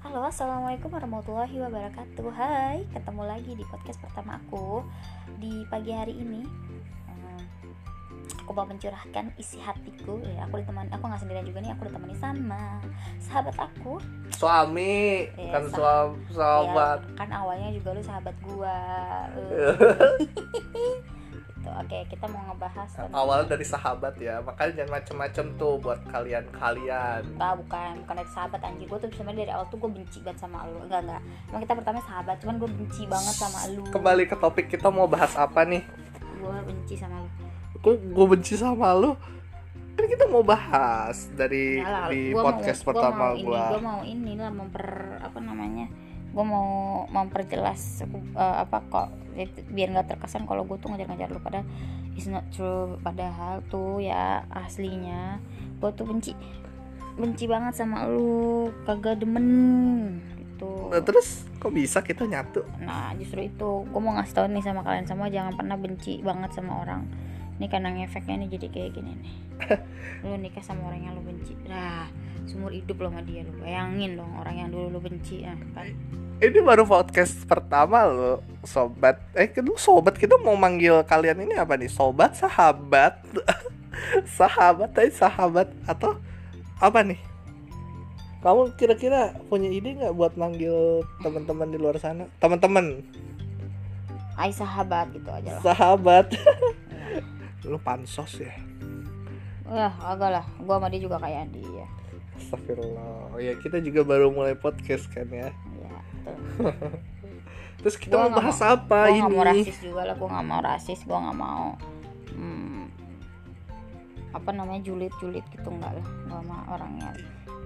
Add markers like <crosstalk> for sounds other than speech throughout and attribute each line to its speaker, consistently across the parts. Speaker 1: Assalamualaikum warahmatullahi wabarakatuh Hai, ketemu lagi di podcast pertama aku Di pagi hari ini hmm, Aku mau mencurahkan isi hatiku ya, Aku ditemani, aku gak sendirian juga nih Aku ditemani sama sahabat aku
Speaker 2: suami
Speaker 1: Iya,
Speaker 2: kan
Speaker 1: sama.
Speaker 2: suam sahabat
Speaker 1: Ya, Kan awalnya juga lu sahabat gua Eh, gitu. Oke, kita mau ngebahas tentang
Speaker 2: <laughs> awalnya dari sahabat ya makanya jangan macem-macem tuh buat kalian kalian
Speaker 1: Enggak, ah, bukan bukan dari sahabat anjir gue tuh sebenarnya dari awal tuh gue benci banget sama lu enggak enggak emang kita pertama sahabat cuman gue benci banget sama lu
Speaker 2: kembali ke topik kita mau bahas apa nih
Speaker 1: gue benci sama lu
Speaker 2: kok gue benci sama lu kan kita mau bahas dari
Speaker 1: Ya lah,
Speaker 2: di
Speaker 1: gua
Speaker 2: podcast
Speaker 1: mau,
Speaker 2: pertama
Speaker 1: gua
Speaker 2: gua
Speaker 1: gue mau ini lah memper apa namanya gue mau memperjelas eh, apa kok itu- biar nggak terkesan kalau gue tuh ngejar-ngejar lu padahal it's not true padahal tuh ya aslinya gue tuh benci benci banget sama lu kagak demen gitu
Speaker 2: Nah, terus kok bisa kita nyatu
Speaker 1: Nah justru itu gue mau ngasih tau nih sama kalian semua jangan pernah benci banget sama orang. Ini karena ngefeknya nih jadi kayak gini nih. lu nikah sama orang yang lu benci. Nah seumur hidup lo sama dia lu bayangin dong orang yang dulu lu benci ya kan.
Speaker 2: ini baru podcast pertama lo sobat eh lu sobat kita mau manggil kalian ini apa nih sobat sahabat <laughs> sahabat tadi sahabat atau apa nih kamu kira-kira punya ide nggak buat manggil teman-teman di luar sana teman-teman
Speaker 1: Ai sahabat gitu aja lah. <laughs>
Speaker 2: sahabat lu pansos ya
Speaker 1: Wah Ya, agak lah gue sama dia juga kayak dia.
Speaker 2: Astagfirullah ya kita juga baru mulai podcast kan ya
Speaker 1: Ya betul.
Speaker 2: terus kita
Speaker 1: Gua
Speaker 2: mau
Speaker 1: nggak
Speaker 2: bahas
Speaker 1: mau- Gue
Speaker 2: apa Ah, ini
Speaker 1: nggak mau rasis juga lah gue nggak mau rasis gue nggak mau. hmm, apa namanya julid-julid gitu enggak lah gue sama orangnya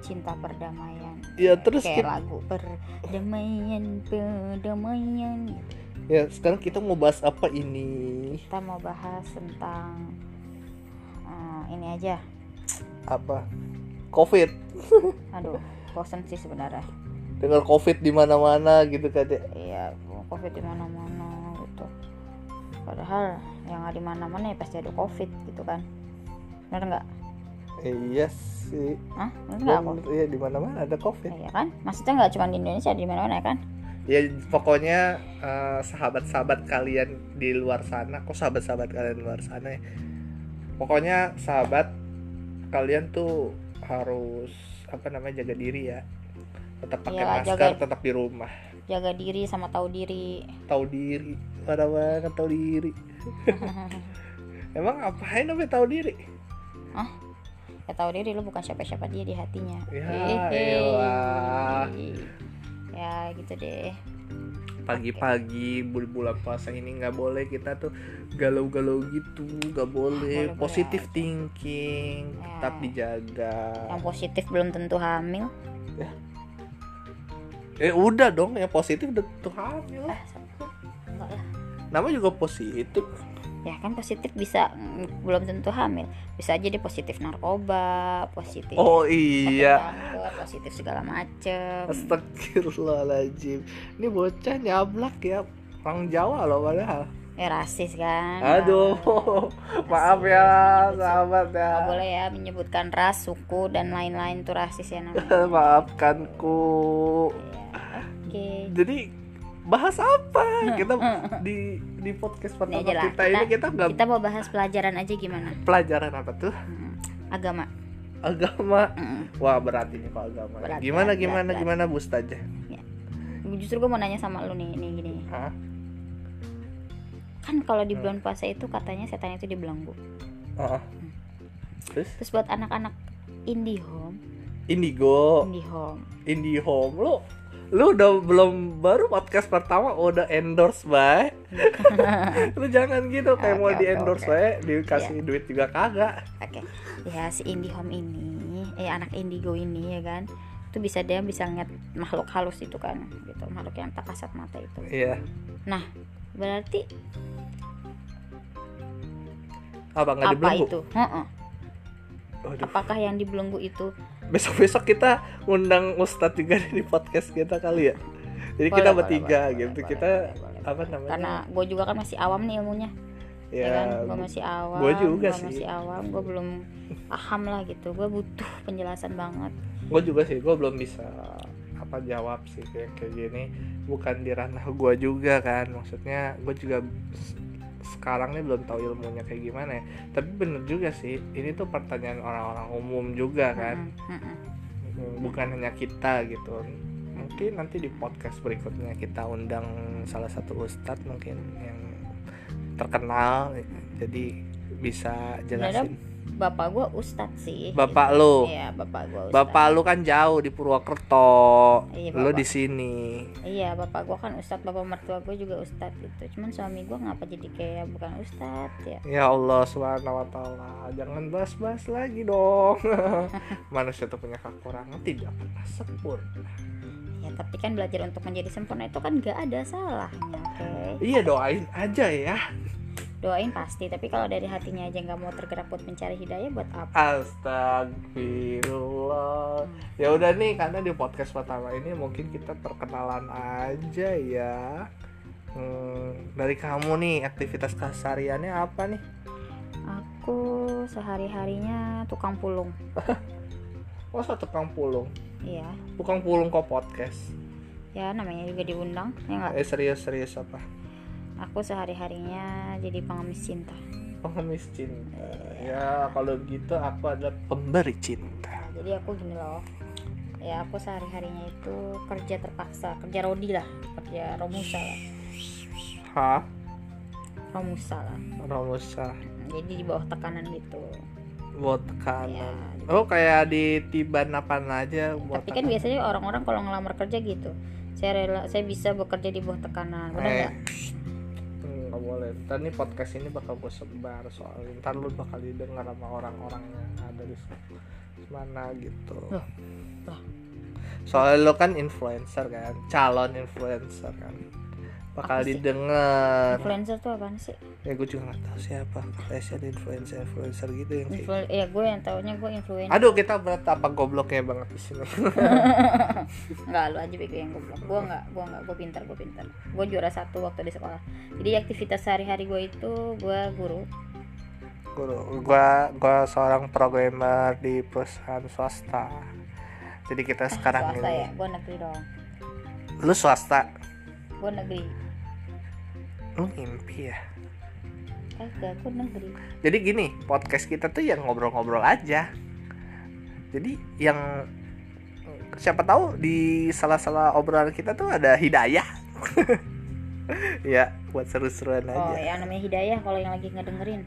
Speaker 1: cinta perdamaian
Speaker 2: ya terus
Speaker 1: kayak
Speaker 2: kita-
Speaker 1: lagu perdamaian perdamaian
Speaker 2: ya sekarang kita mau bahas apa ini
Speaker 1: kita mau bahas tentang eh, ini aja
Speaker 2: apa covid
Speaker 1: aduh bosen sih sebenarnya
Speaker 2: dengan covid di mana-mana gitu kan ya
Speaker 1: iya covid di mana mana gitu padahal yang ada di mana mana ya pasti ada covid gitu kan bener nggak
Speaker 2: Eh, iya sih
Speaker 1: Hah? bener nggak
Speaker 2: Dan,
Speaker 1: covid
Speaker 2: iya di mana-mana ada covid
Speaker 1: Iya kan maksudnya nggak cuma di Indonesia di mana mana ya kan
Speaker 2: ya pokoknya eh, sahabat-sahabat kalian di luar sana kok sahabat-sahabat kalian di luar sana ya pokoknya sahabat kalian tuh harus apa namanya jaga diri ya tetap pakai
Speaker 1: Iyalah,
Speaker 2: masker
Speaker 1: jaga-
Speaker 2: tetap di rumah
Speaker 1: jaga diri sama tahu diri
Speaker 2: <laughs> tahu diri mana-mana tahu diri emang apain namanya tahu diri
Speaker 1: ya tahu diri lu bukan siapa-siapa dia di hatinya
Speaker 2: Ya,
Speaker 1: Hehehe.
Speaker 2: elah.
Speaker 1: ya gitu deh
Speaker 2: pagi-pagi bul- bulan puasa ini nggak boleh kita tuh galau-galau gitu nggak boleh
Speaker 1: Boleh-boleh
Speaker 2: positif
Speaker 1: aja.
Speaker 2: thinking tetap
Speaker 1: Ya.
Speaker 2: dijaga
Speaker 1: yang positif belum tentu hamil
Speaker 2: eh udah dong yang positif udah tuh hamil
Speaker 1: ah satu. enggak lah
Speaker 2: nama juga positif
Speaker 1: ya kan positif bisa mm, belum tentu hamil bisa aja dia positif narkoba positif
Speaker 2: oh
Speaker 1: sakit
Speaker 2: iya
Speaker 1: kanker, positif segala macem
Speaker 2: Astagfirullahaladzim Ini bocah nyablak ya Orang Jawa loh padahal
Speaker 1: ya rasis kan
Speaker 2: Aduh <laughs> Maaf ya sahabat ya
Speaker 1: Iya, Nggak boleh ya menyebutkan ras suku dan lain-lain tuh rasis ya namanya
Speaker 2: <laughs> <laughs> Maafkan ku
Speaker 1: Ya, oke
Speaker 2: jadi bahas
Speaker 1: <laughs>
Speaker 2: apa
Speaker 1: Hmm,
Speaker 2: kita di di podcast pertama
Speaker 1: aja lah,
Speaker 2: kita,
Speaker 1: Ya kita-
Speaker 2: ini kita nggak
Speaker 1: kita mau bahas pelajaran aja gimana
Speaker 2: pelajaran apa tuh
Speaker 1: Mm, agama
Speaker 2: agama
Speaker 1: Mm.
Speaker 2: wah berat ini kalau agama
Speaker 1: Berat,
Speaker 2: gimana
Speaker 1: berat,
Speaker 2: gimana
Speaker 1: berat, Hmm.
Speaker 2: gimana boost aja
Speaker 1: justru gue mau nanya sama lu nih nih gini
Speaker 2: Hah?
Speaker 1: kan kalau di bulan puasa itu katanya setan itu dibelenggu
Speaker 2: Oh. terus
Speaker 1: terus buat anak-anak indie home
Speaker 2: indigo
Speaker 1: indie home
Speaker 2: indie home lu lu udah belum baru podcast pertama oh, udah endorse
Speaker 1: <laughs>
Speaker 2: by lu jangan gitu kayak
Speaker 1: Oke,
Speaker 2: mau
Speaker 1: oke,
Speaker 2: di endorse
Speaker 1: oke. Iya.
Speaker 2: bae dikasih duit juga kagak
Speaker 1: oke ya si indie home ini eh anak indigo ini ya kan itu bisa dia bisa ngeliat makhluk halus itu kan gitu makhluk yang tak kasat mata itu
Speaker 2: iya
Speaker 1: nah berarti
Speaker 2: apa nggak
Speaker 1: apa
Speaker 2: dibelenggu
Speaker 1: itu Heeh.
Speaker 2: Waduh.
Speaker 1: apakah yang dibelenggu itu
Speaker 2: besok-besok kita ngundang Ustadz juga <laughs> di podcast kita kali ya jadi kita
Speaker 1: Boleh, boleh,
Speaker 2: bertiga
Speaker 1: boleh,
Speaker 2: gitu
Speaker 1: boleh,
Speaker 2: kita
Speaker 1: boleh, boleh,
Speaker 2: apa
Speaker 1: boleh.
Speaker 2: namanya
Speaker 1: karena gue juga kan masih awam nih ilmunya
Speaker 2: ya,
Speaker 1: ya kan gue masih awam
Speaker 2: gua juga
Speaker 1: gua
Speaker 2: sih.
Speaker 1: masih awam gue belum paham lah gitu gue butuh penjelasan banget
Speaker 2: gue juga sih gue belum bisa apa jawab sih kayak kayak gini bukan di ranah gue juga kan maksudnya gue juga s- sekarang nih belum tahu ilmunya kayak gimana ya tapi bener juga sih ini tuh pertanyaan orang-orang umum juga kan
Speaker 1: Mm-mm, mm-mm.
Speaker 2: Mm-hmm. bukan hanya kita gitu mungkin nanti di podcast berikutnya kita undang salah satu ustadz mungkin yang terkenal jadi bisa jelasin
Speaker 1: bapak gue ustadz sih
Speaker 2: bapak
Speaker 1: gitu.
Speaker 2: lu
Speaker 1: iya bapak gue
Speaker 2: bapak lu kan jauh di Purwokerto
Speaker 1: Iya,
Speaker 2: lu
Speaker 1: bapak.
Speaker 2: di sini
Speaker 1: iya bapak gue kan ustadz bapak mertua gue juga ustadz gitu cuman suami gue ngapa jadi kayak bukan ustadz ya
Speaker 2: ya Allah subhanahu wa taala jangan bahas-bahas lagi dong <laughs> manusia tuh punya kekurangan tidak pernah sempurna
Speaker 1: ya tapi kan belajar untuk menjadi sempurna itu kan gak ada salahnya oke
Speaker 2: iya doain aja ya
Speaker 1: doain pasti tapi kalau dari hatinya aja nggak mau tergerak buat mencari hidayah buat apa
Speaker 2: Astagfirullah. Ya udah nih karena di podcast pertama ini mungkin kita perkenalan aja ya. Hmm, dari kamu nih aktivitas kesehariannya apa nih?
Speaker 1: aku sehari harinya tukang pulung
Speaker 2: Masa Oh, tukang pulung?
Speaker 1: iya
Speaker 2: Tukang pulung kok podcast?
Speaker 1: ya namanya juga diundang ya nggak
Speaker 2: Eh serius-serius apa?
Speaker 1: aku sehari harinya jadi pengemis cinta
Speaker 2: Pengemis Oh, cinta. Ya kalau gitu aku adalah pemberi cinta.
Speaker 1: Nah, jadi aku gini loh ya aku sehari harinya itu kerja terpaksa kerja rodi lah kerja romusa lah
Speaker 2: Hah?
Speaker 1: romusa lah
Speaker 2: Romusa
Speaker 1: Nah, jadi di bawah tekanan gitu
Speaker 2: buat
Speaker 1: ya
Speaker 2: kanan. Oh kayak di tiban apa aja buat
Speaker 1: tapi kan
Speaker 2: kanan.
Speaker 1: biasanya orang-orang kalau ngelamar kerja gitu saya rela saya bisa bekerja di bawah tekanan udah
Speaker 2: Eh,
Speaker 1: nggak
Speaker 2: hmm, nggak boleh. Ntar nih podcast ini bakal gue sebar soalnya ntar lu bakal didengar sama orang-orang yang ada di mana gitu.
Speaker 1: Loh, lah.
Speaker 2: Soalnya lu kan influencer kan, calon influencer kan, bakal
Speaker 1: Apa sih?
Speaker 2: didengar.
Speaker 1: influencer tuh apaan sih
Speaker 2: Ya gue juga nggak tahu siapa. Katanya sih ada influencer influencer gitu yang kayak.
Speaker 1: Influ- ya gue yang taunya gue influencer
Speaker 2: Aduh kita berat apa gobloknya banget di sini. <laughs>
Speaker 1: nggak lu aja bego yang goblok gue nggak gue nggak gue pintar gue pintar gue juara satu waktu di sekolah jadi aktivitas sehari-hari gue itu gue guru
Speaker 2: Guru, gua gua seorang programmer di perusahaan swasta. Jadi kita sekarang
Speaker 1: swasta
Speaker 2: ini
Speaker 1: ya gue negeri dong
Speaker 2: lu swasta
Speaker 1: gue negeri
Speaker 2: lu mimpi ya
Speaker 1: kagak gue Eh, negeri
Speaker 2: jadi gini podcast kita tuh yang ngobrol-ngobrol aja jadi yang siapa tahu di salah-salah obrolan kita tuh ada hidayah <laughs> ya buat seru-seruan
Speaker 1: oh
Speaker 2: aja
Speaker 1: ya namanya hidayah kalau yang lagi
Speaker 2: <laughs>
Speaker 1: ngedengerin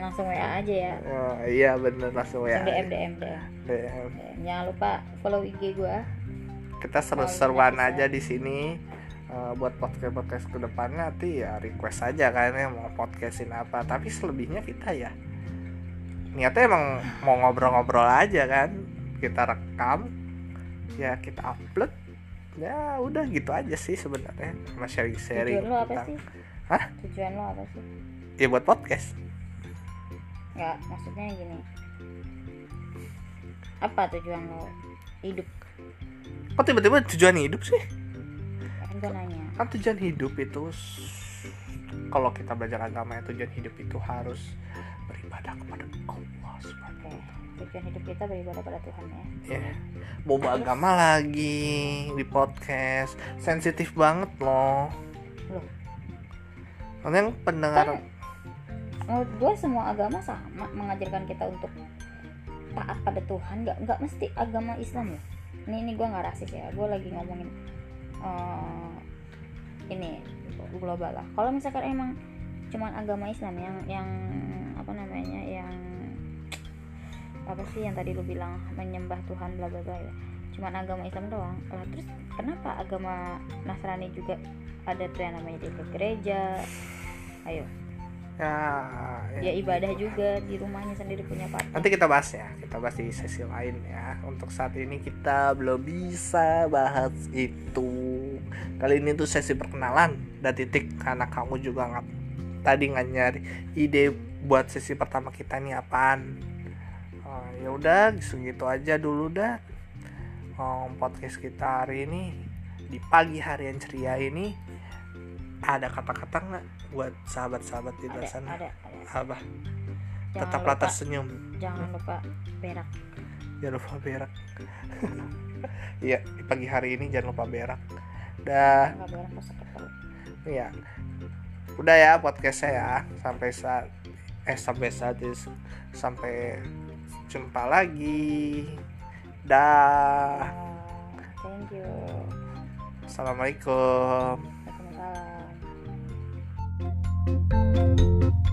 Speaker 1: langsung wa aja ya
Speaker 2: Oh, iya bener langsung ya
Speaker 1: langsung dm dm dm
Speaker 2: DM.
Speaker 1: jangan lupa follow ig gue
Speaker 2: kita seru-seruan aja di sini Eh, buat podcast podcast kedepannya nanti ya request aja kan ya mau podcastin apa tapi selebihnya kita ya niatnya emang mau ngobrol-ngobrol aja kan kita rekam ya kita upload ya udah gitu aja sih sebenarnya sama sharing-sharing
Speaker 1: tujuan lo apa
Speaker 2: tentang-
Speaker 1: sih
Speaker 2: Hah?
Speaker 1: tujuan lo apa sih
Speaker 2: ya buat podcast
Speaker 1: nggak maksudnya gini apa tujuan lo hidup
Speaker 2: kok tiba-tiba tujuan hidup sih
Speaker 1: kan gue nanya
Speaker 2: kan tujuan hidup itu s- kalau kita belajar agama ya tujuan hidup itu harus beribadah kepada Allah subhanahu
Speaker 1: Oke, tujuan hidup kita beribadah pada Tuhan ya
Speaker 2: ya boba agama lagi di podcast sensitif banget loh
Speaker 1: Loh.
Speaker 2: Soalnya yang pendengar
Speaker 1: Kan- menurut gue semua agama sama mengajarkan kita untuk taat pada Tuhan nggak nggak mesti agama Islam ya ini ini gue nggak rasis ya gue lagi ngomongin eh, ini global lah kalau misalkan emang cuman agama Islam yang yang apa namanya yang apa sih yang tadi lu bilang menyembah Tuhan bla bla bla ya cuman agama Islam doang lah terus kenapa agama Nasrani juga ada tuh yang namanya dia ke gereja ayo
Speaker 2: ya,
Speaker 1: ya ibadah juga di rumahnya sendiri punya partner
Speaker 2: nanti kita bahas ya kita bahas di sesi lain ya untuk saat ini kita belum bisa bahas itu kali ini tuh sesi perkenalan dan titik karena kamu juga nggak tadi nggak nyari ide buat sesi pertama kita nih apaan Oh, ya udah segitu aja dulu dah Oh, podcast kita hari ini di pagi hari yang ceria ini ada kata-kata nggak buat sahabat-sahabat di
Speaker 1: ada
Speaker 2: luar sana
Speaker 1: ada, ada.
Speaker 2: apa
Speaker 1: Jangan
Speaker 2: tetaplah
Speaker 1: lupa-
Speaker 2: tersenyum
Speaker 1: jangan lupa berak
Speaker 2: jangan lupa berak <laughs> Iya, pagi hari ini jangan lupa berak. Dah,
Speaker 1: nggak beres kok sakit perut
Speaker 2: ya. Udah ya podcastnya ya. Sampai saat eh sampai saat ini sampai jumpa lagi.
Speaker 1: Ah,
Speaker 2: Dah.
Speaker 1: thank you
Speaker 2: Assalamualaikum.
Speaker 1: Waalaikumsalam